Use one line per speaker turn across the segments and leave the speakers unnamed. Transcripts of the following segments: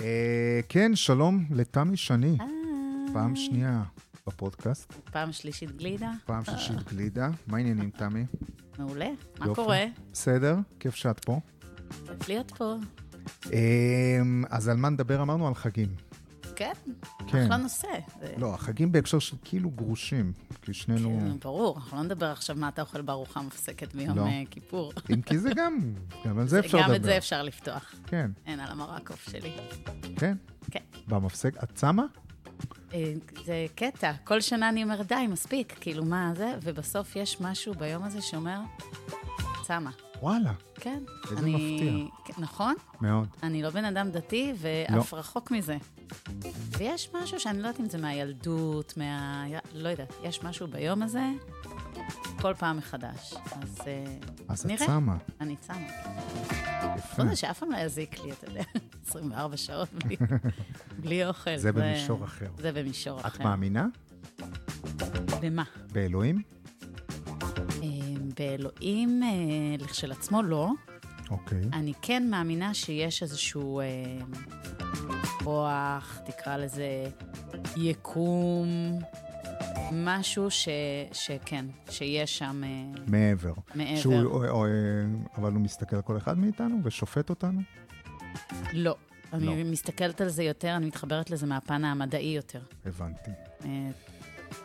אה, כן, שלום לתמי שני,
היי.
פעם שנייה בפודקאסט,
פעם שלישית גלידה?
פעם שישית גלידה. מה העניינים, תמי?
מעולה. אה. מה
יופי.
קורה?
בסדר? כיף שאת פה. אמ,
כיף להיות פה.
אה, אז על מה נדבר? אמרנו על חגים.
כן,
כן.
אחלה נושא. זה-
לא, החגים בהקשר של כאילו גרושים, כי שנינו...
כן, ברור, אנחנו לא נדבר עכשיו מה אתה אוכל בארוחה מפסקת ביום
לא.
אה, כיפור.
אם כי זה גם, גם על זה אפשר לדבר.
גם את זה אפשר לפתוח.
כן,
אין על המרקוף שלי.
כן.
כן.
במפסק, את צמה?
אה, זה קטע. כל שנה אני אומרת, די, מספיק, כאילו, מה זה? ובסוף יש משהו ביום הזה שאומר, צמה.
וואלה,
כן.
איזה
אני-
מפתיע.
כן, נכון?
מאוד.
אני לא בן אדם דתי, ואף
לא.
רחוק מזה. ויש משהו שאני לא יודעת אם זה מהילדות, מה... לא יודעת, יש משהו ביום הזה, כל פעם מחדש. אז, אה,
אז את כן.
נראה.
צמה,
אני צמה.
יפה.
חוץ מזה שאף פעם לא יזיק לי, אתה יודע, 24 שעות בלי, בלי אוכל.
זה במישור אחר.
זה במישור
את
אחר.
מאמינה
במה?
באלוהים?
אה, באלוהים אה, לכשלעצמו לא.
אוקיי.
אני כן מאמינה שיש איזשהו אה, כוח, תקרא לזה יקום, משהו ש, שכן, שיש שם אה,
מעבר.
מעבר.
שהוא, לא- או, או, אה, אבל הוא מסתכל על כל אחד מאיתנו ושופט אותנו?
לא. אני
לא.
מסתכלת על זה יותר, אני מתחברת לזה מהפן המדעי יותר.
הבנתי.
אה,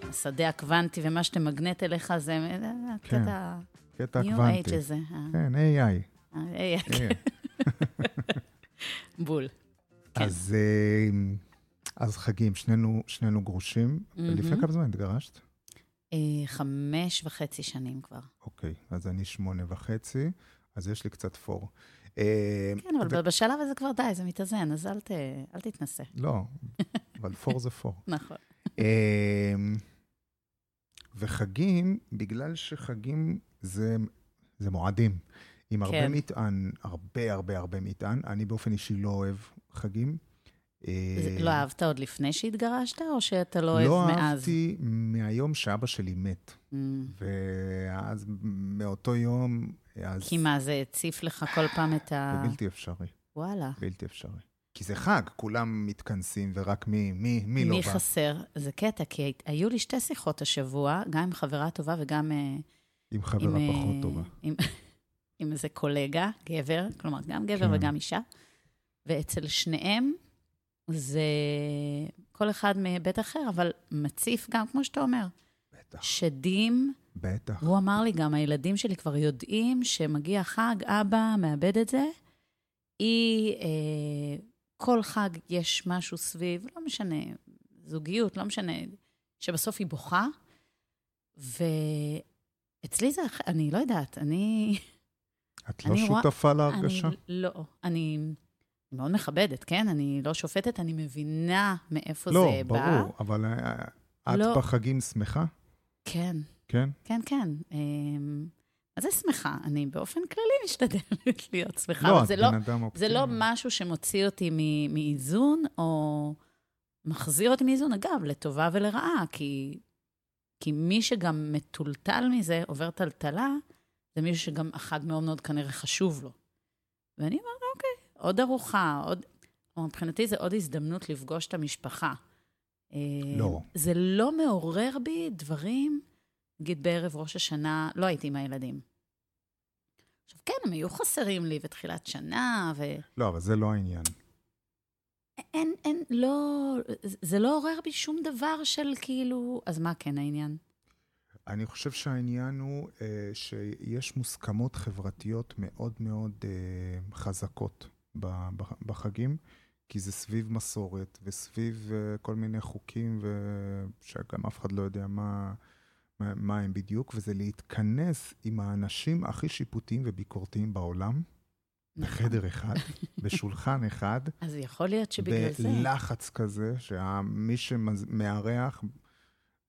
השדה הקוונטי ומה שמגנט אליך זה אה,
כן,
הקטע
קטע
ה-new
קוונטי.
age הזה. אה,
כן, AI.
אה, אה,
אה,
בול. כן.
אז, אה, אז חגים, שנינו, שנינו גרושים.
מהמם.
לפני כמה זמן התגרשת?
אה, חמש וחצי שנים כבר.
אוקיי, אז אני שמונה וחצי, אז יש לי קצת פור. אה,
כן, אבל
ו-
בשלב הזה כבר די, זה מתאזן, אז אל ת- אל תתנסה.
לא, אבל פור זה פור.
נכון.
אמ, וחגים, בגלל שחגים זה, זה מועדים. עם הרבה
כן.
מטען, הרבה הרבה הרבה מטען. אני באופן אישי לא אוהב חגים.
זה-
אה,
לא אהבת עוד לפני שהתגרשת, או שאתה לא אוהב
לא
מאז?
אהבתי מהיום שאבא שלי מת.
אמ,
ואז מאותו יום, אז...
כי מה, זה הציף לך כל פעם את ה...
זה בלתי אפשרי,
וואלה.
בלתי אפשרי. כי זה חג, כולם מתכנסים, ורק מי, מי, מי לא
מי
בא.
חסר? זה קטע, כי היית- היו לי שתי שיחות השבוע, גם עם חברה טובה וגם אה,
עם
עם...
חברה
אה,
פחות טובה.
עם- עם איזה קולגה, גבר, כלומר, גם גבר
כן.
וגם אישה. ואצל שניהם זה כל אחד מהיבט אחר, אבל מציף גם, כמו שאתה אומר,
בטח,
שדים,
בטח.
הוא אמר לי גם, הילדים שלי כבר יודעים שמגיע חג, אבא מאבד את זה. היא, אה, כל חג יש משהו סביב, לא משנה, זוגיות, לא משנה, שבסוף היא בוכה. ואצלי זה, אח- אני לא יודעת, אני...
את לא
אני רואה-
שותפה
אני
להרגשה?
לא, אני מאוד מכבדת, כן? אני לא שופטת, אני מבינה מאיפה
לא,
זה בא.
ברור, אבל אה, את
לא.
בחגים שמחה?
כן.
כן?
כן, כן. אמ, אז זה שמחה. אני באופן כללי משתדלת להיות שמחה,
לא, כן.
אבל
את
זה לא,
בן אדם
זה
אופטימי.
לא משהו שמוציא אותי מ- מאיזון, או מחזיר אותי מאיזון, אגב, לטובה ולרעה, כי, כי מי שגם מטולטל מזה, עובר טלטלה, זה מישהו שגם החג מאוד מאוד כנראה חשוב לו. ואני אומרת, אוקיי, עוד ארוחה, עוד... כלומר, מבחינתי זה עוד הזדמנות לפגוש את המשפחה. אה,
לא.
זה לא מעורר בי דברים, נגיד בערב ראש השנה, לא הייתי עם הילדים. עכשיו, כן, הם היו חסרים לי בתחילת שנה, ו...
לא, אבל זה לא העניין.
אין, אין, לא, זה לא עורר בי שום דבר של כאילו, אז מה כן העניין?
אני חושב שהעניין הוא אה, שיש מוסכמות חברתיות מאוד מאוד אה, חזקות ב- ב- בחגים, כי זה סביב מסורת וסביב אה, כל מיני חוקים, ו- שגם אף אחד לא יודע מה, מה, מה הם בדיוק, וזה להתכנס עם האנשים הכי שיפוטיים וביקורתיים בעולם,
נכון.
בחדר אחד, בשולחן אחד,
אז יכול להיות שבגלל זה...
בלחץ כזה, שמי שמארח,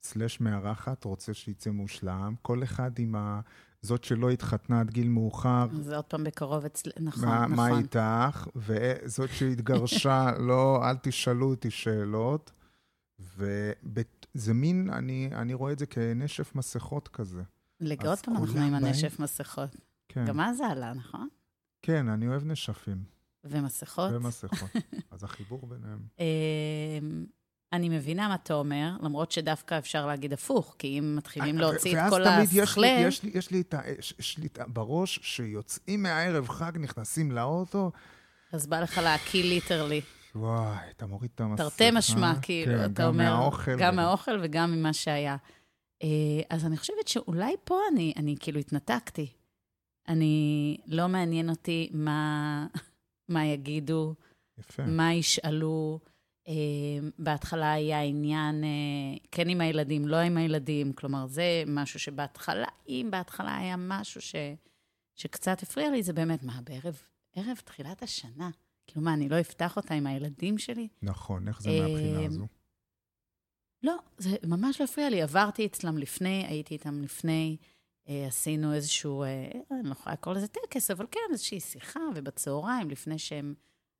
סלש מארחת, רוצה שיצא מושלם. כל אחד עם ה... זאת שלא התחתנה עד גיל מאוחר,
אז עוד פעם בקרוב אצל... נכון,
מה,
נכון.
מה איתך? וזאת שהתגרשה, לא, אל תשאלו אותי שאלות. וזה מין, אני, אני רואה את זה כנשף מסכות כזה.
לג- עוד
אז
פעם אנחנו
כולם
עם
באים.
הנשף מסכות.
כן,
גם אז זה עלה, נכון?
כן, אני אוהב נשפים.
ומסכות.
ומסכות. אז החיבור ביניהם.
אמ, אני מבינה מה אתה אומר, למרות שדווקא אפשר להגיד הפוך, כי אם מתחילים
ו-
להוציא את
אה, ואז
כל
תמיד יש לי-
השכלה,
יש לי- יש לי את השליטה בראש, שיוצאים מהערב חג, נכנסים לאוטו,
אז בא לך להקיא ליטרלי.
וואי, אתה מוריד את המסכה.
תרתי משמע, כאילו,
כן,
אתה
גם
אומר...
מהאוכל.
גם מהאוכל וגם ממה שהיה. אה, אז אני חושבת שאולי פה אני, אני כאילו התנתקתי. אני, לא מעניין אותי מה, מה יגידו,
יפה.
מה ישאלו. אה, בהתחלה היה עניין אה, כן עם הילדים, לא עם הילדים. כלומר, זה משהו שבהתחלה, אם בהתחלה היה משהו ש, שקצת הפריע לי, זה באמת, מה, בערב ערב תחילת השנה? כאילו, מה, אני לא אפתח אותה עם הילדים שלי?
נכון, איך זה
אה,
מהבחינה הזו?
לא, זה ממש לא הפריע לי. עברתי אצלם לפני, הייתי איתם לפני, אה, עשינו איזשהו, אה, אני לא יכולה לקרוא לזה טקס, אבל כן, איזושהי שיחה, ובצהריים, לפני שהם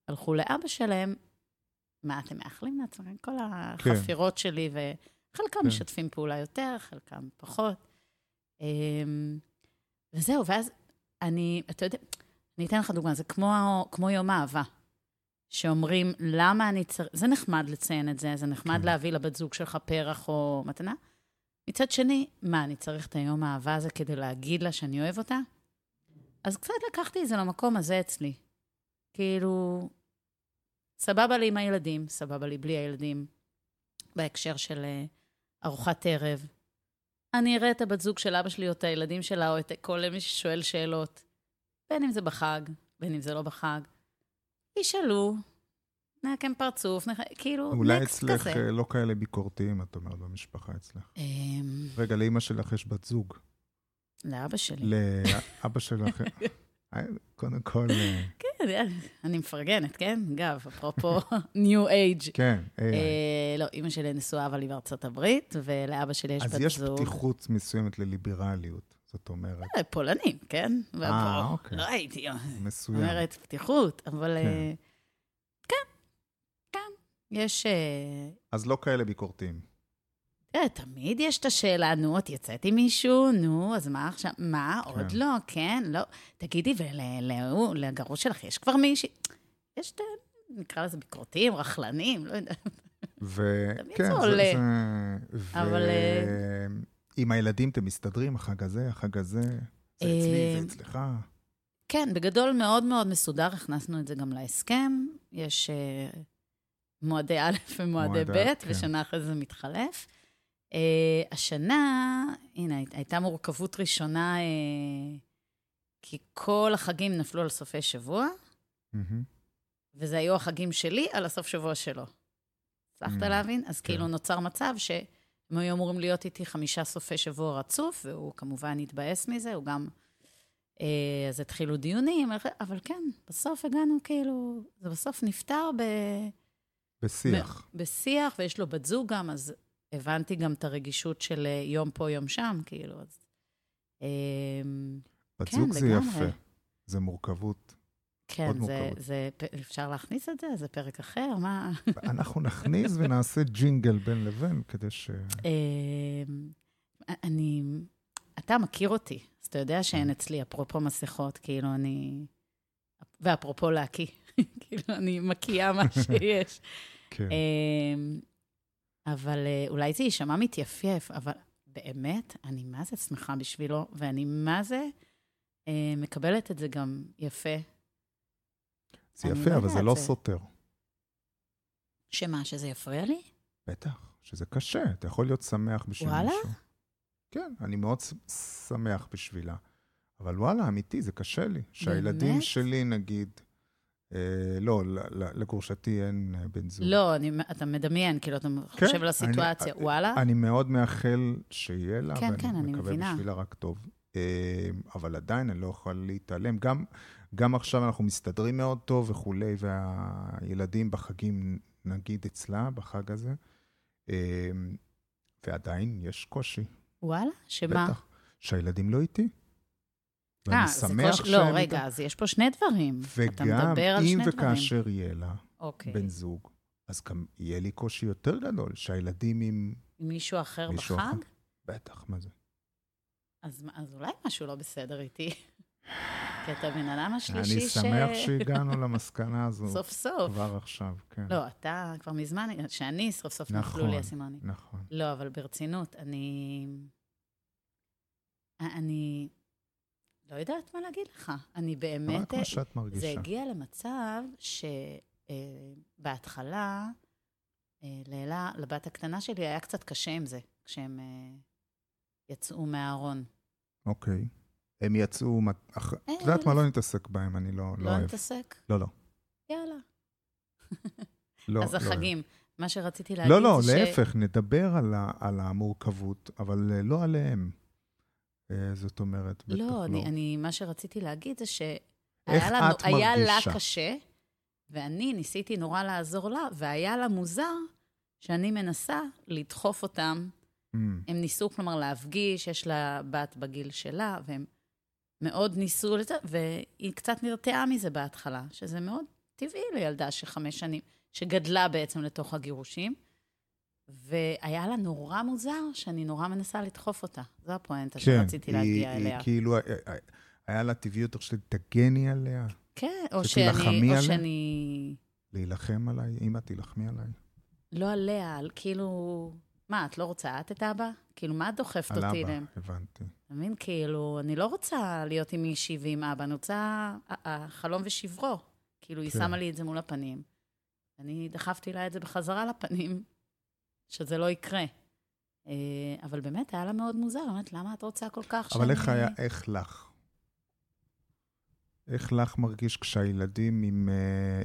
הלכו לאבא שלהם, מה אתם מאחלים לעצמכם? כל החפירות שלי, וחלקם
כן.
משתפים פעולה יותר, חלקם פחות. אה, וזהו, ואז אני, אתה יודע, אני אתן לך דוגמה, זה כמו, כמו יום אהבה. שאומרים, למה אני צריך... זה נחמד לציין את זה, זה נחמד
כן.
להביא לבת זוג שלך פרח או מתנה. מצד שני, מה, אני צריך את היום האהבה הזה כדי להגיד לה שאני אוהב אותה? אז קצת לקחתי את זה למקום הזה אצלי. כאילו, סבבה לי עם הילדים, סבבה לי בלי הילדים, בהקשר של אה, ארוחת ערב. אני אראה את הבת זוג של אבא שלי או את הילדים שלה או את כל מי ששואל שאלות, בין אם זה בחג, בין אם זה לא בחג. ישאלו, נעקם פרצוף, נח... כאילו,
אולי
נקסט
אצלך
כזה.
אה, לא כאלה ביקורתיים, את אומרת, במשפחה אצלך.
אמ,
רגע, לאימא שלך יש בת זוג.
לאבא שלי.
לאבא שלך... אה, קודם כל, אה,
כן, אני מפרגנת, כן? אגב, אפרופו New Age.
כן. אה,
אה, לא, אימא שלי נשואה, אבל היא בארצות הברית, ולאבא שלי יש בת
אז
זוג.
יש פתיחות מסוימת לליברליות, זאת אומרת,
אה, פולנים, כן? והפול-
אוקיי.
לא הייתי
מסוים.
אומרת פתיחות, אבל...
כן.
אה, כן, כן. יש... אה,
אז לא כאלה ביקורתיים.
תראה, תמיד יש את השאלה, נו, את יוצאת עם מישהו, נו, אז מה עכשיו, מה,
כן.
עוד לא, כן, לא. תגידי, ולגרוש שלך יש כבר מישהי? יש את, ה- נקרא לזה ביקורתיים, רכלנים, לא יודעת. תמיד
וכן,
כן, זה עולה. אבל, אה,
ועם הילדים אתם מסתדרים, החג הזה, החג הזה, זה
אה,
אצלי, זה אצלך.
כן, בגדול מאוד מאוד מסודר, הכנסנו את זה גם להסכם. יש אה, מועדי א' ומועדי
מועדי,
ב',
כן.
ושנה אחרי זה מתחלף. אה, השנה, הנה, הי- הייתה מורכבות ראשונה, אה, כי כל החגים נפלו על סופי שבוע,
מהמם.
וזה היו החגים שלי על הסוף שבוע שלו. הצלחת
Mm,
להבין? אז
כן.
כאילו נוצר מצב שהם היו אמורים להיות איתי חמישה סופי שבוע רצוף, והוא כמובן התבאס מזה, הוא גם... אה, אז התחילו דיונים, אבל כן, בסוף הגענו כאילו, זה בסוף נפתר ב...
בשיח.
בשיח, ויש לו בת זוג גם, אז הבנתי גם את הרגישות של אה, יום פה, יום שם, כאילו, אז... אה,
בת
כן,
זוג זה
לגמרי.
יפה, זה מורכבות. מאוד
כן, זה,
מורכבות.
זה, פ- אפשר להכניס את זה? זה פרק אחר? מה?
אנחנו נכניס ונעשה ג'ינגל בין לבין, כדי ש...
אמ, אני... אתה מכיר אותי, אז אתה יודע שאין אצלי, אפרופו מסכות, כאילו אני... ואפרופו להקיא, כאילו אני מקיאה מה שיש.
כן.
אמ, אבל אה, אולי זה יישמע מתייפייף, אבל באמת, אני מה זה שמחה בשבילו, ואני מה זה אה, מקבלת את זה גם יפה.
זה
אני
יפה,
לא
אבל זה
יודעת,
לא
זה-
סותר.
שמה, שזה יפריע לי?
בטח, שזה קשה, אתה יכול להיות שמח בשביל
וואלה?
מישהו. כן, אני מאוד ס- שמח בשבילה. אבל וואלה, אמיתי, זה קשה לי. שהילדים
באמת?
שלי, נגיד, אה, לא, ל- ל- לגרושתי אין אה, בן זוג.
לא, אני, אתה מדמיין, כאילו, אתה
כן,
חושב על הסיטואציה,
אני- אה,
וואלה.
אני מאוד מאחל שיהיה לה,
כן,
ואני
כן, אני
מקווה
מבינה.
בשבילה רק טוב. אה, אבל עדיין אני לא יכול להתעלם. גם, גם עכשיו אנחנו מסתדרים מאוד טוב וכולי, והילדים בחגים, נגיד אצלה, בחג הזה, אה, ועדיין יש קושי,
וואלה? שמה?
בטח, שהילדים לא איתי.
אה,
ואני
זה
שמח
קוש- לא,
שהם
רגע, אז יש פה שני דברים.
איתם.
אתה מדבר על
וגם אם
שני דברים.
וכאשר יהיה לה
אוקיי.
בן זוג, אז גם יהיה לי קושי יותר גדול, שהילדים עם...
עם מישהו אחר
מישהו
בחג?
אחר. בטח, מה זה?
אז מה- אז אולי משהו לא בסדר איתי. כי אתה בן אדם השלישי
אני
ש...
שמח שהגענו למסקנה הזו
סוף סוף.
כבר עכשיו, כן.
לא, אתה כבר מזמן, שאני סוף סוף נפלו
נכון,
לי הסימנים.
נכון.
לא, אבל ברצינות, אני... אני לא יודעת מה להגיד לך.
לא,
אני באמת... אה,
רק מה שאת
זה
מרגישה.
הגיע למצב אה, שבהתחלה, לילה, אה, לבת הקטנה שלי היה קצת קשה עם זה, כשהם אה, יצאו מהארון.
אוקיי. הם יצאו, מת- אח- את יודעת מה? לא נתעסק בהם, אני לא לא
אה. לא
אוהב.
נתעסק?
לא, לא.
יאללה.
לא,
אז
לא אוהב.
החגים, מה שרציתי להגיד
לא, לא,
זה
להפך, נדבר על ה- על המורכבות, אבל אה, לא עליהם. אה, זאת אומרת, בטח
לא,
לא.
אני, אני, מה שרציתי להגיד זה שהיה
איך
לנו,
את
היה לה
מרגישה?
קשה, ואני ניסיתי נורא לעזור לה, והיה לה מוזר שאני מנסה לדחוף אותם.
אמ,
הם ניסו, כלומר, להפגיש, יש לה בת בגיל שלה, והם מאוד ניסו לזה, והיא קצת נרתעה מזה בהתחלה, שזה מאוד טבעי לילדה שחמש שנים, שגדלה בעצם לתוך הגירושים. והיה לה נורא מוזר שאני נורא מנסה לדחוף אותה. זו הפואנטה שרציתי
כן, היא-
לא להגיע
היא
אליה.
כאילו, אה, אה, היה לה טבעיות איך שתגני עליה,
כן, או
שתילחמי
שאני,
עליה?
או שאני...
להילחם עליי, אמא תילחמי עליי,
לא עליה, על כאילו... מה, את לא רוצה את את אבא? כאילו, מה את דוחפת
על
אותי
אבא,
אליהם?
הבנתי.
אתה מבין? כאילו, אני לא רוצה להיות עם מישהי ועם אבא, אני רוצה... ה- החלום ושברו. כאילו, היא
כן.
שמה לי את זה מול הפנים. אני דחפתי לה את זה בחזרה לפנים, שזה לא יקרה. אה, אבל באמת, היה לה מאוד מוזר, היא אומרת, למה את רוצה כל כך
אבל איך היה, איך לך? איך לך מרגיש כשהילדים עם אה,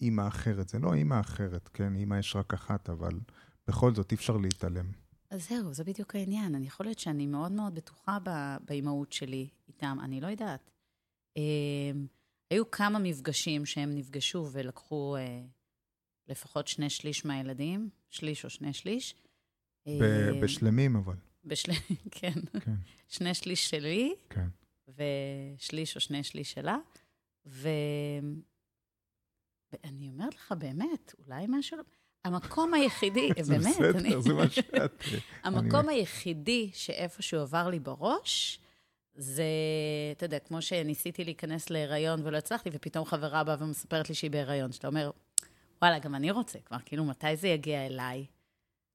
אימא אחרת? זה לא אימא אחרת, כן? אימא יש רק אחת, אבל בכל זאת אי אפשר להתעלם.
אז זהו, זה בדיוק העניין. אני יכול להיות שאני מאוד מאוד בטוחה ב- באימהות שלי איתם, אני לא יודעת. אמ, היו כמה מפגשים שהם נפגשו ולקחו אה, לפחות שני שליש מהילדים, שליש או שני שליש.
ב-
אמ,
בשלמים אבל,
בשל... כן.
כן.
שני שליש שלי,
כן.
ושליש או שני שליש שלה. ו... ואני אומרת לך, באמת, אולי משהו... לא- המקום היחידי,
זה
אה, באמת, אני...
בסדר, זה מה שאת...
המקום היחידי שאיפשהו עבר לי בראש, זה, אתה יודע, כמו שניסיתי להיכנס להיריון ולא הצלחתי, ופתאום חברה באה ומספרת לי שהיא בהיריון, שאתה אומר, וואלה, גם אני רוצה כבר, כאילו, מתי זה יגיע אליי?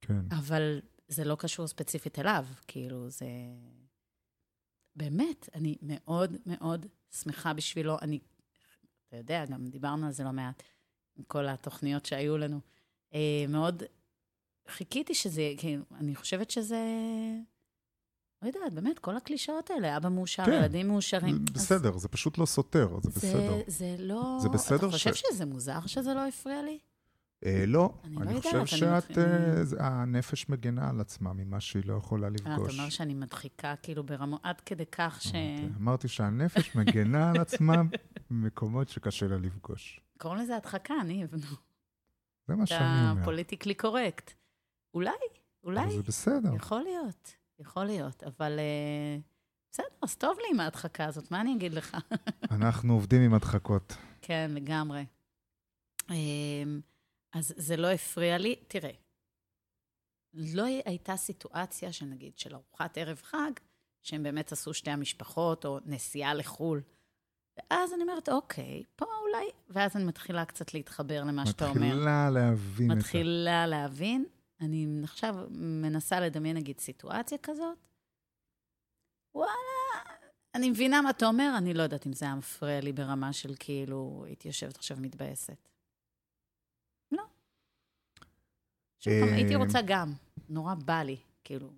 כן.
אבל זה לא קשור ספציפית אליו, כאילו, זה... באמת, אני מאוד מאוד שמחה בשבילו. אני, אתה יודע, גם דיברנו על זה לא מעט, עם כל התוכניות שהיו לנו. אה, מאוד חיכיתי שזה, כאילו, אני חושבת שזה... לא יודעת, באמת, כל הקלישאות האלה, אבא מאושר,
כן.
ילדים מאושרים. אז
בסדר, זה פשוט לא סותר, זה בסדר.
זה, זה לא...
זה בסדר
אתה חושב
ש-
שזה מוזר שזה לא הפריע לי?
אה, לא,
אני לא
אני
יודעת,
חושב
אני
שאת...
מתחיל-
אה, זה- הנפש מגנה על עצמה ממה שהיא לא יכולה
אה, אתה
לפגוש.
אומר שאני מדחיקה, כאילו, ברמות, עד כדי כך ש...
אמרתי- אמרתי שהנפש מגנה על עצמה במקומות שקשה לה לפגוש.
קוראים לזה הדחקה, ניב, נו,
זה מה שאני
אתה
אומר.
פוליטיקלי קורקט. אולי,
אבל
אולי,
זה בסדר.
יכול להיות, יכול להיות, אבל אה, בסדר, אז טוב לי עם ההדחקה הזאת, מה אני אגיד לך?
אנחנו עובדים עם הדחקות.
כן, לגמרי. אמ, אז זה לא הפריע לי. תראה, לא הייתה סיטואציה שנגיד של ארוחת ערב חג, שהם באמת עשו שתי המשפחות, או נסיעה לחו"ל. ואז אני אומרת, אוקיי, פה אולי... ואז אני מתחילה קצת להתחבר למה שאתה אומר.
מתחילה להבין את זה.
מתחילה להבין. אני עכשיו מנסה לדמיין, נגיד, סיטואציה כזאת. וואלה, אני מבינה מה אתה אומר, אני לא יודעת אם זה היה מפריע לי ברמה של כאילו, הייתי יושבת עכשיו מתבאסת. לא. שוב פעם,
אה,
הייתי רוצה גם, נורא בא לי, כאילו,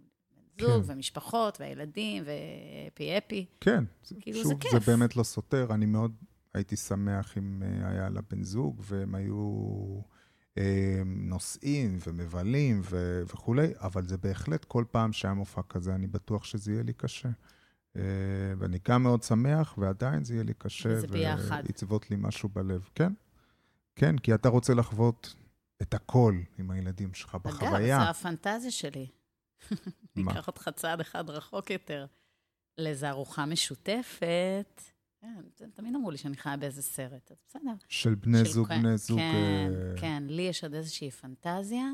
זוג
כן.
ומשפחות והילדים ואפי אפי.
כן,
כאילו,
שוב,
זה כיף.
זה באמת לא סותר. אני מאוד הייתי שמח אם אה, היה לה בן זוג, והם היו אה, נוסעים ומבלים ו- וכולי, אבל זה בהחלט, כל פעם שהיה מופע כזה, אני בטוח שזה יהיה לי קשה. אה, ואני גם מאוד שמח, ועדיין זה יהיה לי קשה.
וזה ביחד.
ויצבות לי משהו בלב, כן. כן, כי אתה רוצה לחוות את הכל עם הילדים שלך
אגב,
בחוויה.
זו הפנטזיה שלי.
מה?
ניקח אותך צעד אחד רחוק יותר, לאיזו ארוחה משותפת. כן, זה- תמיד אמרו לי שאני חיה באיזה סרט, אז בסדר.
של בני
של
זוג,
כהן.
בני זוג.
כן,
אה,
כן, לי יש עוד איזושהי פנטזיה,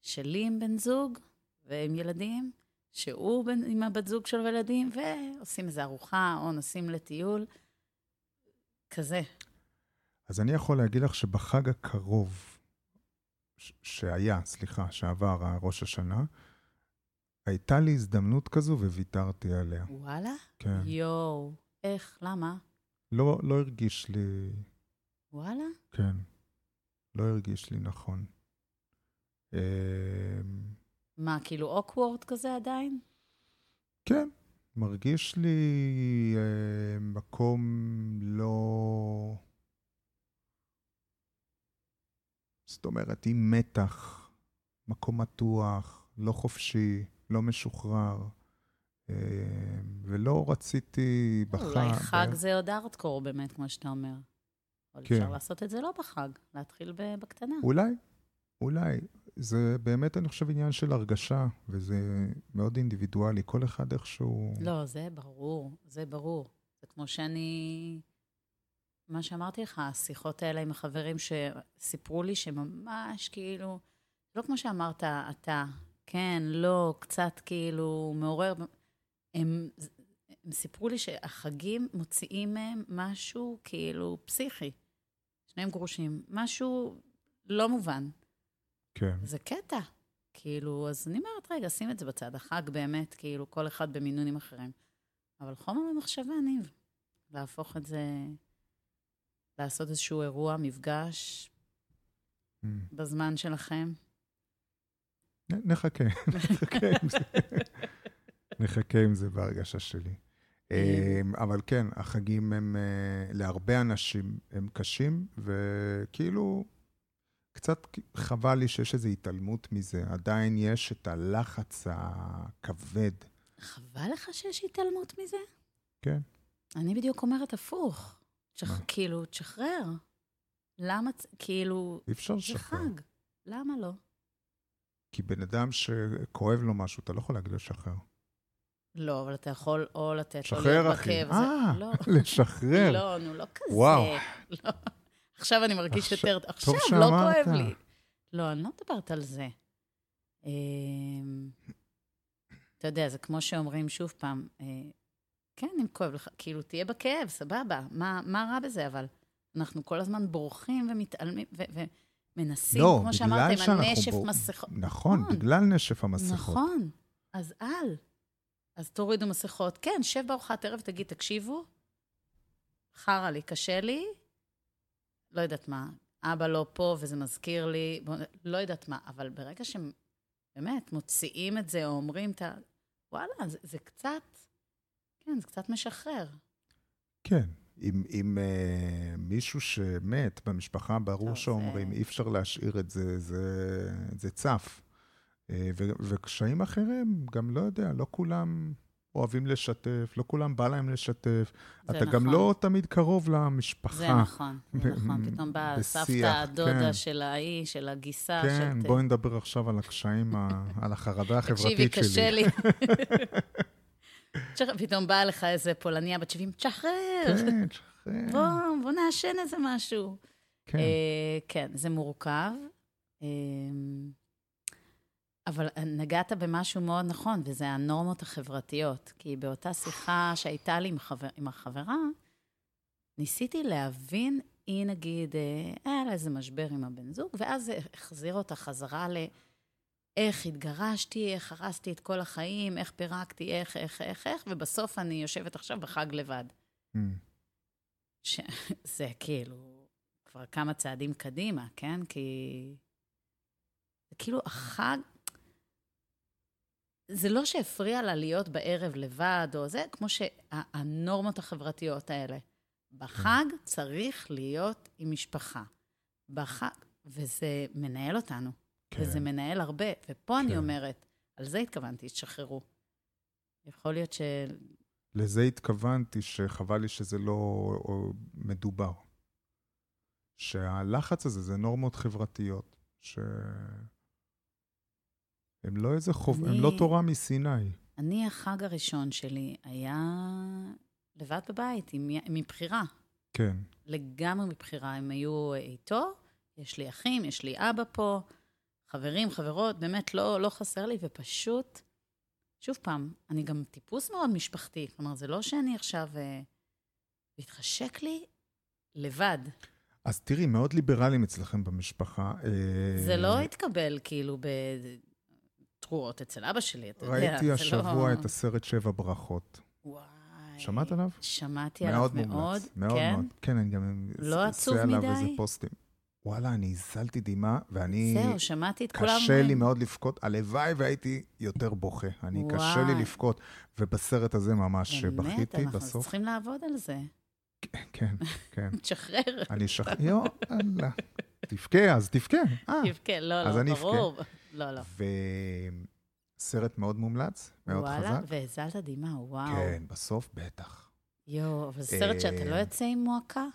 שלי עם בן זוג ועם ילדים, שהוא בן, עם הבת זוג שלו וילדים, ועושים איזו ארוחה, או נוסעים לטיול, כזה.
אז אני יכול להגיד לך שבחג הקרוב, ש- שהיה, סליחה, שעבר ראש השנה, הייתה לי הזדמנות כזו וויתרתי עליה.
וואלה?
כן.
יואו, איך, למה?
לא, לא הרגיש לי,
וואלה?
כן, לא הרגיש לי נכון. אמ,
מה, כאילו אוקוורד כזה עדיין?
כן, מרגיש לי אה, מקום לא... זאת אומרת, עם מתח, מקום מתוח, לא חופשי, לא משוחרר, אה, ולא רציתי בחג. אה,
אולי חג זה עוד ארטקור באמת, כמו שאתה אומר. אבל
כן.
אפשר לעשות את זה לא בחג, להתחיל ב- בקטנה.
אולי, אולי. זה באמת, אני חושב, עניין של הרגשה, וזה מאוד אינדיבידואלי, כל אחד איכשהו...
לא, זה ברור, זה ברור. זה כמו שאני... מה שאמרתי לך, השיחות האלה עם החברים שסיפרו לי שממש כאילו, לא כמו שאמרת, אתה, כן, לא, קצת כאילו מעורר, הם, הם סיפרו לי שהחגים מוציאים מהם משהו כאילו פסיכי. שניהם גרושים, משהו לא מובן.
כן.
זה קטע. כאילו, אז אני אומרת, רגע, שים את זה בצד. החג באמת, כאילו, כל אחד במינונים אחרים. אבל חומר במחשבה, ניב. להפוך את זה, לעשות איזשהו אירוע, מפגש,
Mm.
בזמן שלכם.
נ- נחכה, נחכה עם זה. נחכה עם זה בהרגשה שלי. אמ, אבל כן, החגים הם, אה, להרבה אנשים הם קשים, וכאילו, קצת חבל לי שיש איזו התעלמות מזה. עדיין יש את הלחץ הכבד.
חבל לך שיש התעלמות מזה?
כן.
אני בדיוק אומרת הפוך. תשח...
מה?
כאילו, תשחרר. למה, צ- כאילו,
אי אפשר
זה
לשחרר.
חג. למה לא?
כי בן אדם שכואב לו משהו, אתה לא יכול להגיד לו לשחרר.
לא, אבל אתה יכול או לתת לו
שחרר,
להיות
אחי.
בכאב. זה-
אה,
לא.
לשחרר.
לא, נו, לא כזה.
וואו.
לא. עכשיו אני מרגיש
עכשיו-
יותר, עכשיו לא
שאמרת.
כואב לי. לא, אני לא מדברת על זה. אמ, אתה יודע, זה כמו שאומרים שוב פעם, אה, כן, אם כואב לך, כאילו, תהיה בכאב, סבבה, מה, מה רע בזה, אבל אנחנו כל הזמן בורחים ומתעלמים, ו- ומנסים,
לא,
כמו
בגלל
שאמרת, עם
שאנחנו
הנשף
בו-
מסכות.
נכון, בגלל נשף המסכות.
נכון, אז אל. אז תורידו מסכות. כן, שב בארוחת ערב, תגיד, תקשיבו, חרא לי, קשה לי, לא יודעת מה, אבא לא פה וזה מזכיר לי, בוא, לא יודעת מה, אבל ברגע שהם באמת מוציאים את זה או אומרים את ה... וואלה, זה, זה קצת, כן, זה קצת משחרר.
כן. אם, אם אה, מישהו שמת במשפחה, ברור
לא,
שאומרים,
זה-
אי אפשר להשאיר את זה, זה, זה צף. אה, ו, וקשיים אחרים, גם לא יודע, לא כולם אוהבים לשתף, לא כולם בא להם לשתף.
זה
אתה
נכון.
גם לא תמיד קרוב למשפחה.
זה נכון, זה
ב-
נכון. פתאום באה
בשיח,
הסבתא, הדודה
כן.
של ההיא, של הגיסה,
כן,
של...
בואי נדבר עכשיו על הקשיים, ה, על החרדה החברתית שלי.
תקשיבי, קשה לי. תשחרר, פתאום באה לך איזה פולניה בת 70, תשחרר,
כן, שחרר,
בוא, בוא נעשן איזה משהו.
כן.
אה, כן, זה מורכב. אה, אבל נגעת במשהו מאוד נכון, וזה הנורמות החברתיות. כי באותה שיחה שהייתה לי עם, חבר, עם החברה, ניסיתי להבין, היא נגיד, אה, היה לה איזה משבר עם הבן זוג, ואז זה החזיר אותה חזרה ל... איך התגרשתי, איך הרסתי את כל החיים, איך פירקתי, איך, איך, איך, איך, ובסוף אני יושבת עכשיו בחג לבד.
Mm,
זה כאילו כבר כמה צעדים קדימה, כן? כי... זה כאילו החג... זה לא שהפריע לה להיות בערב לבד או זה, כמו שהנורמות החברתיות האלה. בחג צריך להיות עם משפחה. בחג... וזה מנהל אותנו,
כן.
כן. וזה מנהל הרבה. ופה כן.
כן.
אני אומרת, על זה התכוונתי, תשחררו. יכול להיות ש...
לזה התכוונתי, שחבל לי שזה לא או, מדובר. שהלחץ הזה זה נורמות חברתיות, שהם לא איזה חוב,
אני-
הם לא תורה מסיני.
אני, החג הראשון שלי היה לבד בבית, עם, י- מבחירה.
כן,
לגמרי מבחירה. הם היו איתו, יש לי אחים, יש לי אבא פה, חברים, חברות, באמת לא, לא חסר לי, ופשוט שוב פעם, אני גם טיפוס מאוד משפחתי, כלומר, זה לא שאני עכשיו... אה, התחשק לי לבד.
אז תראי, מאוד ליברלים אצלכם במשפחה. אה,
זה לא התקבל כאילו בתרועות אצל אבא שלי, אתה יודע.
ראיתי
זה
השבוע
לא...
את הסרט שבע ברכות.
וואי.
שמעת עליו?
שמעתי עליו מאוד.
מאוד
כן?
מאוד. כן, אני גם...
לא
זה-
עצוב
זה עליו
מדי?
איזה פוסטים. וואלה, אני הזלתי דמעה, ואני...
זהו, שמעתי את כולם.
קשה לי מאוד לבכות. הלוואי והייתי יותר בוכה. אני, קשה לי
וואי.
לבכות. ובסרט הזה ממש
באמת,
בכיתי
אנחנו
בסוף.
צריכים לעבוד על זה.
כן, כן.
תשחרר.
אני שכ... יו, אללה. תבכה, אז תבכה. אה.
תבכה, לא,
אז אני
לא,
אבכה.
ברור. לא, לא.
וסרט מאוד מומלץ, מאוד
וואלה,
חזק.
והזלת דמעה, וואו.
כן, בסוף בטח.
יואו, אבל זה סרט שאתה לא
אה,
יוצא עם מועקה?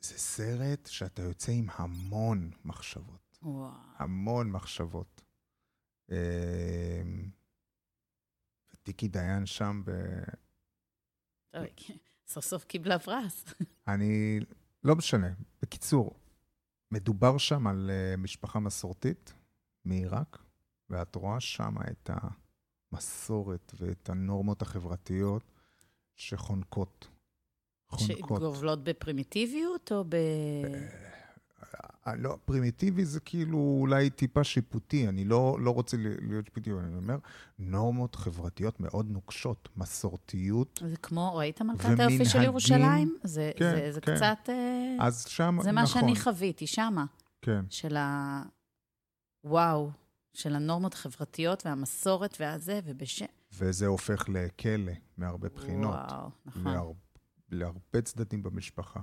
זה סרט שאתה יוצא עם המון מחשבות.
וואו.
המון מחשבות. אמ, וטיקי דיין שם, ב-
אוי, סוף סוף קיבלה פרס.
אני... לא משנה. בקיצור, מדובר שם על אה, משפחה מסורתית מעיראק, ואת רואה שם את המסורת ואת הנורמות החברתיות שחונקות. חונקות.
שגובלות בפרימיטיביות או ב...
אה, לא, פרימיטיבי זה כאילו אולי טיפה שיפוטי, אני לא, לא רוצה ל- להיות שיפוטי, אבל אני אומר, נורמות חברתיות מאוד נוקשות, מסורתיות.
זה כמו, ראית מלכת
ומנהגים-
היופי של ירושלים? זה,
כן,
זה, זה
כן.
קצת... אה,
אז שם,
זה מה
נכון,
שאני חוויתי שמה,
כן.
של ה... וואו, של הנורמות החברתיות והמסורת והזה, ובש...
וזה הופך לכלא מהרבה בחינות,
וואו, נכון.
להר, להרבה צדדים במשפחה.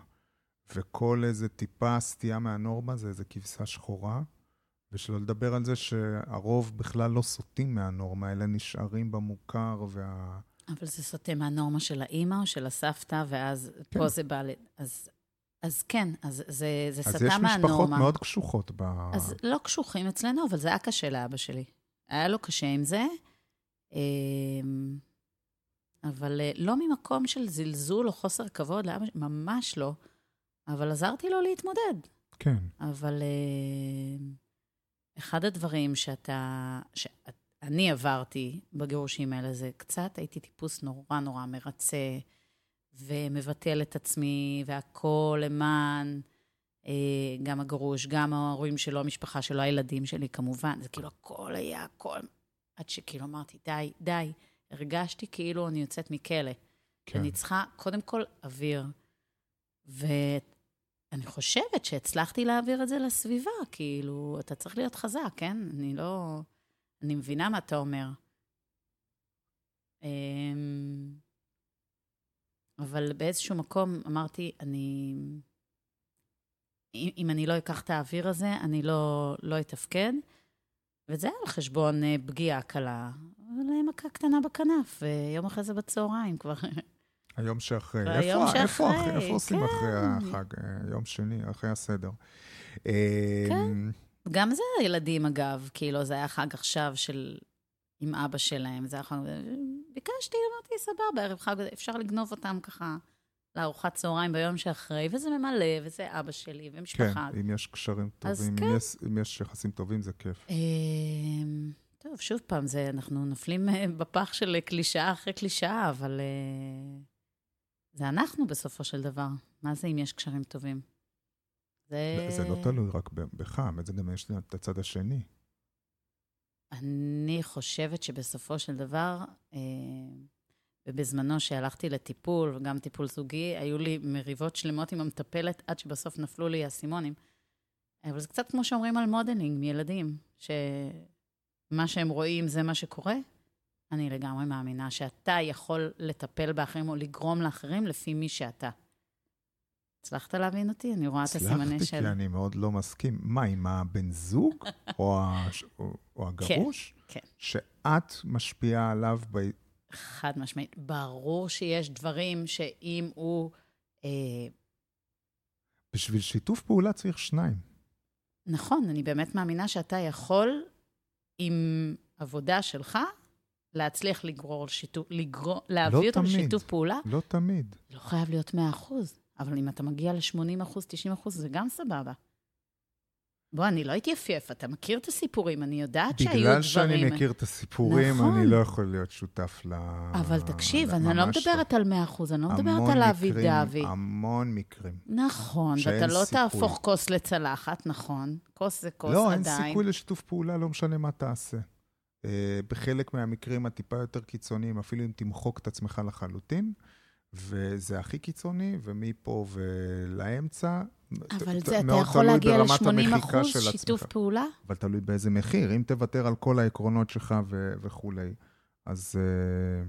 וכל איזה טיפה סטייה מהנורמה זה איזה כבשה שחורה, ושלא לדבר על זה שהרוב בכלל לא סוטים מהנורמה, אלא נשארים במוכר וה...
אבל זה סוטה מהנורמה של האימא או של הסבתא, ואז
כן.
פה זה בא ל... אז, אז כן, אז זה, זה
אז
סטה
יש
מהנורמה.
משפחות מאוד קשוחות ב...
אז לא קשוחים אצלנו, אבל זה היה קשה לאבא שלי. היה לו קשה עם זה, אמ, אבל אה, לא ממקום של זלזול או חוסר כבוד לאבא שלי, ממש לא. אבל עזרתי לו להתמודד.
כן.
אבל אמ, אחד הדברים שאתה, שאני עברתי בגירושים האלה, זה קצת הייתי טיפוס נורא נורא מרצה, ומבטל את עצמי, והכול למען אה, גם הגרוש, גם ההורים שלו, המשפחה שלו, הילדים שלי כמובן, זה כאילו הכל היה, הכל, עד שכאילו אמרתי, די, די. הרגשתי כאילו אני יוצאת מכלא. כן.
כן.
אני צריכה קודם כל אוויר. ואני חושבת שהצלחתי להעביר את זה לסביבה, כאילו, אתה צריך להיות חזק, כן? אני לא... אני מבינה מה אתה אומר. אמ, אבל באיזשהו מקום אמרתי, אני... אם, אם אני לא אקח את האוויר הזה, אני לא, לא אתפקד. וזה היה על חשבון אה, פגיעה קלה, אבל מכה קטנה בכנף, ויום אחרי זה בצהריים כבר
היום שאחרי.
והיום
איפה- איפה
שאחרי,
אחרי- איפה עושים
כן.
אחרי החג? אה, יום שני, אחרי הסדר. אה,
כן. גם זה הילדים, אגב, כאילו, זה היה חג עכשיו של... עם אבא שלהם, זה היה חג... ביקשתי, אמרתי, סבבה, ערב חג, אפשר לגנוב אותם ככה לארוחת צהריים ביום שאחרי, וזה ממלא, וזה אבא שלי,
כן,
ומשפחה.
אם יש קשרים
אז
טובים, אם
כן.
יש- אם יש יחסים טובים, זה כיף.
אמ, טוב, שוב פעם, זה, אנחנו נופלים אה, בפח של קלישאה אחרי קלישאה, אבל אה, זה אנחנו בסופו של דבר. מה זה אם יש קשרים טובים? זה...
זה לא תלוי רק ב- בך, אבל זה גם יש לי את הצד השני.
אני חושבת שבסופו של דבר, אה, ובזמנו שהלכתי לטיפול, וגם טיפול זוגי, היו לי מריבות שלמות עם המטפלת עד שבסוף נפלו לי האסימונים. אבל זה קצת כמו שאומרים על מודלינג מילדים, שמה שהם רואים זה מה שקורה. אני לגמרי מאמינה שאתה יכול לטפל באחרים או לגרום לאחרים לפי מי שאתה. הצלחת להבין אותי? אני רואה את הסימני
הצלחתי,
של...
כי אני מאוד לא מסכים. מה, עם הבן זוג? או הש- או- או הגרוש?
כן.
שאת משפיעה עליו ב...
חד משמעית. ברור שיש דברים שאם הוא... אה,
בשביל שיתוף פעולה צריך שניים.
נכון, אני באמת מאמינה שאתה יכול, עם עבודה שלך, להצליח לגרור שיתוף, לגרור, להביא
לא
אותו
תמיד.
לשיתוף פעולה.
לא תמיד.
לא חייב להיות 100 אחוז, אבל אם אתה מגיע ל-80 אחוז, 90 אחוז, זה גם סבבה. בוא, אני לא אתייפייף, אתה מכיר את הסיפורים, אני יודעת שהיו דברים.
בגלל שאני מכיר את הסיפורים,
נכון.
אני לא יכול להיות שותף ל...
אבל תקשיב,
ל-
אני לא
אה, ממש
מדברת על 100%, אני לא מדברת
המון
על אבי
מקרים,
דאבי.
המון מקרים.
נכון, ואתה
שאין
לא
סיכוי.
תהפוך כוס לצלחת, נכון. כוס זה כוס
לא, אין
עדיין.
סיכוי לשיתוף פעולה, לא משנה מה תעשה. אה, בחלק מהמקרים הטיפה יותר קיצוניים, אפילו אם תמחוק את עצמך לחלוטין, וזה הכי קיצוני, ומפה ולאמצע,
אבל
ת-
זה, אתה
מאוד
יכול
תלוי
להגיע
ברמת
ל-80
המחיקה
אחוז
של
שיתוף
עצמך.
פעולה?
אבל תלוי באיזה מחיר. אם תוותר על כל העקרונות שלך ו- וכולי, אז... אה,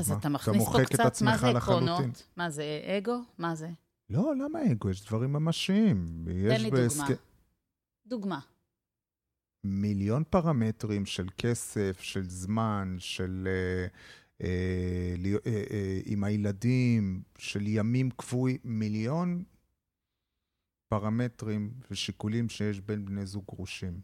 אז
מה?
אתה מכניס פה
מוחק את
קצת, מה
עצמך
זה
לחלוטין.
עקרונות? מה זה, אגו? מה זה?
לא, למה אגו? יש דברים ממשיים.
תן לי דוגמה. דוגמה.
מיליון פרמטרים של כסף, של זמן, של... אה, אה, לי- אה, אה, עם הילדים, של ימים קבועים, מיליון פרמטרים ושיקולים שיש בין בני זוג גרושים.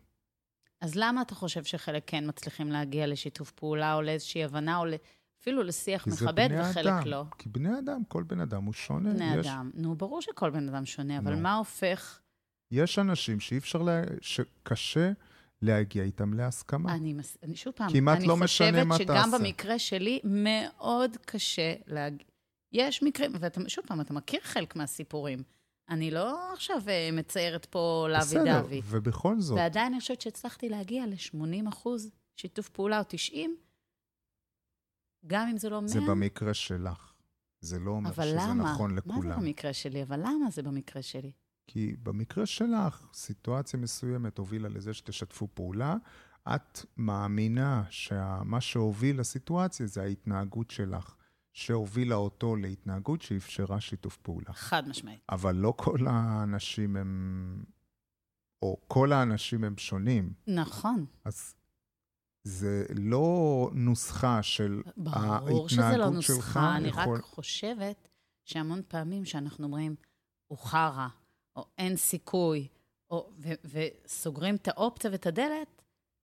אז למה אתה חושב שחלק כן מצליחים להגיע לשיתוף פעולה, או לאיזושהי הבנה, או ל- אפילו לשיח
כי זה
מכבד,
בני
וחלק
אדם.
לא?
כי בני אדם, כל בן אדם הוא שונה.
בני
יש,
אדם. נו, ברור שכל בן אדם שונה, אבל
נו.
מה הופך...
יש אנשים שאי אפשר, לה... שקשה להגיע איתם להסכמה.
אני, מס... אני שוב פעם,
כמעט
אני
לא משנה
חושבת
מה
שגם
תעשה.
במקרה שלי מאוד קשה להג... יש מקרים, ושוב פעם, אתה מכיר חלק מהסיפורים. אני לא עכשיו אה, מציירת פה לאבי
בסדר,
דאבי.
ובכל זאת,
ועדיין אני חושבת שהצלחתי להגיע ל-80 אחוז שיתוף פעולה, או 90, גם אם זה לא 100,
זה במקרה שלך. זה לא אומר
אבל
שזה
למה?
נכון
מה זה
לכולם.
במקרה שלי? אבל למה זה במקרה שלי?
כי במקרה שלך, סיטואציה מסוימת הובילה לזה שתשתפו פעולה. את מאמינה שמה שהוביל לסיטואציה זה ההתנהגות שלך, שהובילה אותו להתנהגות שאפשרה שיתוף פעולה.
חד משמעית.
אבל לא כל האנשים הם... או כל האנשים הם שונים.
נכון.
אז זה לא נוסחה של...
ברור שזה לא
ההתנהגות שלך
נוסחה, אני
יכול-
רק חושבת שהמון פעמים שאנחנו אומרים, הוא חרא, או אין סיכוי, או, ו- וסוגרים את האופציה ואת הדלת,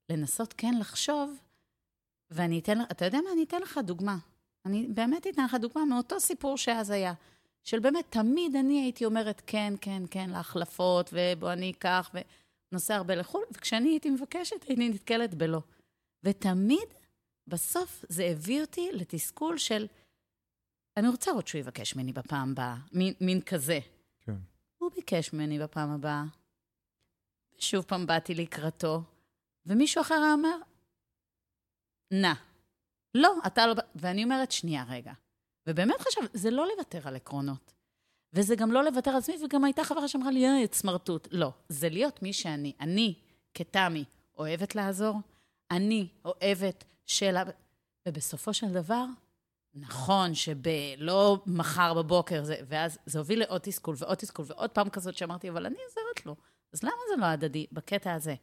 לנסות כן לחשוב, ואני אתן לך, אתה יודע מה? אני אתן לך דוגמה. אני באמת אתן לך דוגמה מאותו סיפור שאז היה, של באמת, תמיד אני הייתי אומרת כן, כן, כן, להחלפות, ובוא אני אקח, ונוסע הרבה לחו"ל, וכשאני הייתי מבקשת, הייתי נתקלת בלא. ותמיד בסוף זה הביא אותי לתסכול של, אני רוצה עוד שהוא יבקש ממני בפעם הבאה, מין, מין כזה.
כן.
הוא ביקש ממני בפעם הבאה, שוב פעם באתי לקראתו, ומישהו אחר היה אומר, נא. לא, אתה לא... ב-" ואני אומרת, שנייה, רגע. ובאמת חשב, זה לא לוותר על עקרונות. וזה גם לא לוותר על עצמי, וגם הייתה חברה שאמרה לי, אה, את סמרטוט. לא, זה להיות מי שאני. אני, כתמי, אוהבת לעזור, אני אוהבת שאלה... ובסופו של דבר, נכון שבלא מחר בבוקר, זה, ואז זה הוביל לעוד תסכול ועוד תסכול ועוד פעם כזאת שאמרתי, אבל אני עוזרת לו. אז למה זה לא הדדי בקטע הזה?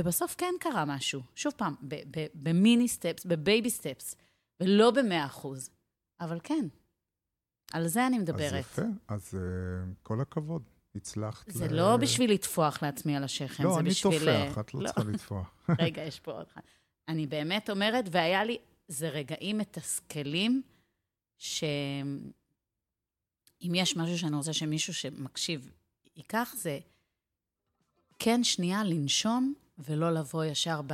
ובסוף כן קרה משהו. שוב פעם, ב- ב- במיני סטפס, בבייבי סטפס, ולא במאה אחוז. אבל כן, על זה אני מדברת.
אז יפה, אז אה, כל הכבוד, הצלחת.
זה
ל-
לא בשביל לטפוח לעצמי על השכם,
לא,
זה
אני
בשביל...
תופח, את לא
לא.
צריכה לטפוח.
רגע, יש פה עוד אחד. אני באמת אומרת, והיה לי, זה רגעים מתסכלים, שאם יש משהו שאני רוצה שמישהו שמקשיב ייקח, זה כן שנייה לנשום, ולא לבוא ישר ב...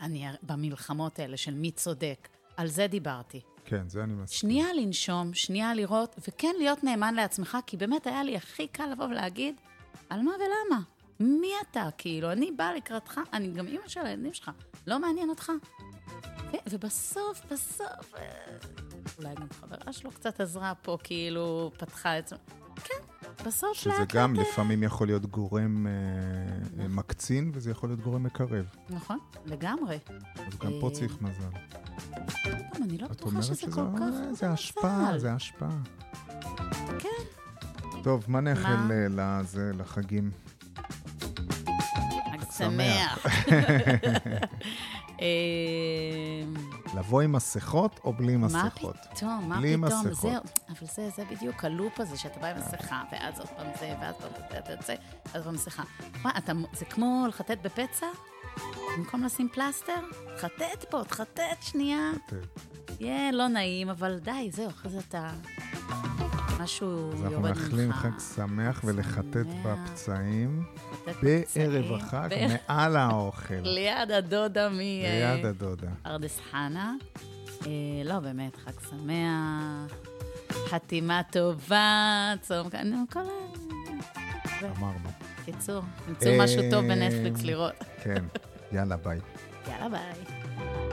אני, במלחמות האלה של מי צודק. על זה דיברתי.
כן, זה אני מסכים.
שנייה לנשום, שנייה לראות, וכן להיות נאמן לעצמך, כי באמת היה לי הכי קל לבוא ולהגיד, על מה ולמה? מי אתה? כאילו, אני באה לקראתך, אני גם אימא של הילדים שלך, לא מעניין אותך? ו- ובסוף, בסוף, אה, אולי גם חברה שלו קצת עזרה פה, כאילו, פתחה את זה. כן, בסוף
שזה
לאט
גם
לאט...
לפעמים יכול להיות גורם אה, אה, מקצין, וזה יכול להיות גורם מקרב.
נכון, לגמרי.
אז גם פה
אה,
צריך מזל.
גם אני לא
את
בטוחה
אומרת
שזה
שזה
כל כך...
אה, זה
מזל.
השפעה, זה השפעה.
כן.
טוב, מה נאחל
מה?
אה, לזה, לחגים?
חג
שמח.
שמח. אה,
לבוא עם מסכות או בלי מסכות?
מה פתאום, מה
בלי
פתאום,
מסכות.
זהו. אבל זה, זה בדיוק הלופ הזה, שאתה בא עם מסכה, ואז עוד פעם זה, ואז עוד פעם זה, אתה יוצא, ואז במסכה. מה, אתה, זה כמו לחטט בפצע? במקום לשים פלסטר? תחטט פה, תחטט שנייה.
אוקיי.
יהיה לא נעים, אבל די, זהו, אחרי זה אתה... משהו יורד
אז
ממך.
אנחנו מאחלים חג שמח ולחטט
שמח.
בפצעים
לתת
בערב
פצעים.
החג
בערב-
מעל האוכל.
ליד הדודה מ... אה,
ליד הדודה.
ארדס חנה. אה, לא, באמת, חג שמח, חתימה טובה, צום, נו, כל ה... זה.
אמרנו.
קיצור, תמצאו משהו טוב
אה,
בנטפליקס לראות.
כן. יאללה, ביי.
יאללה, ביי.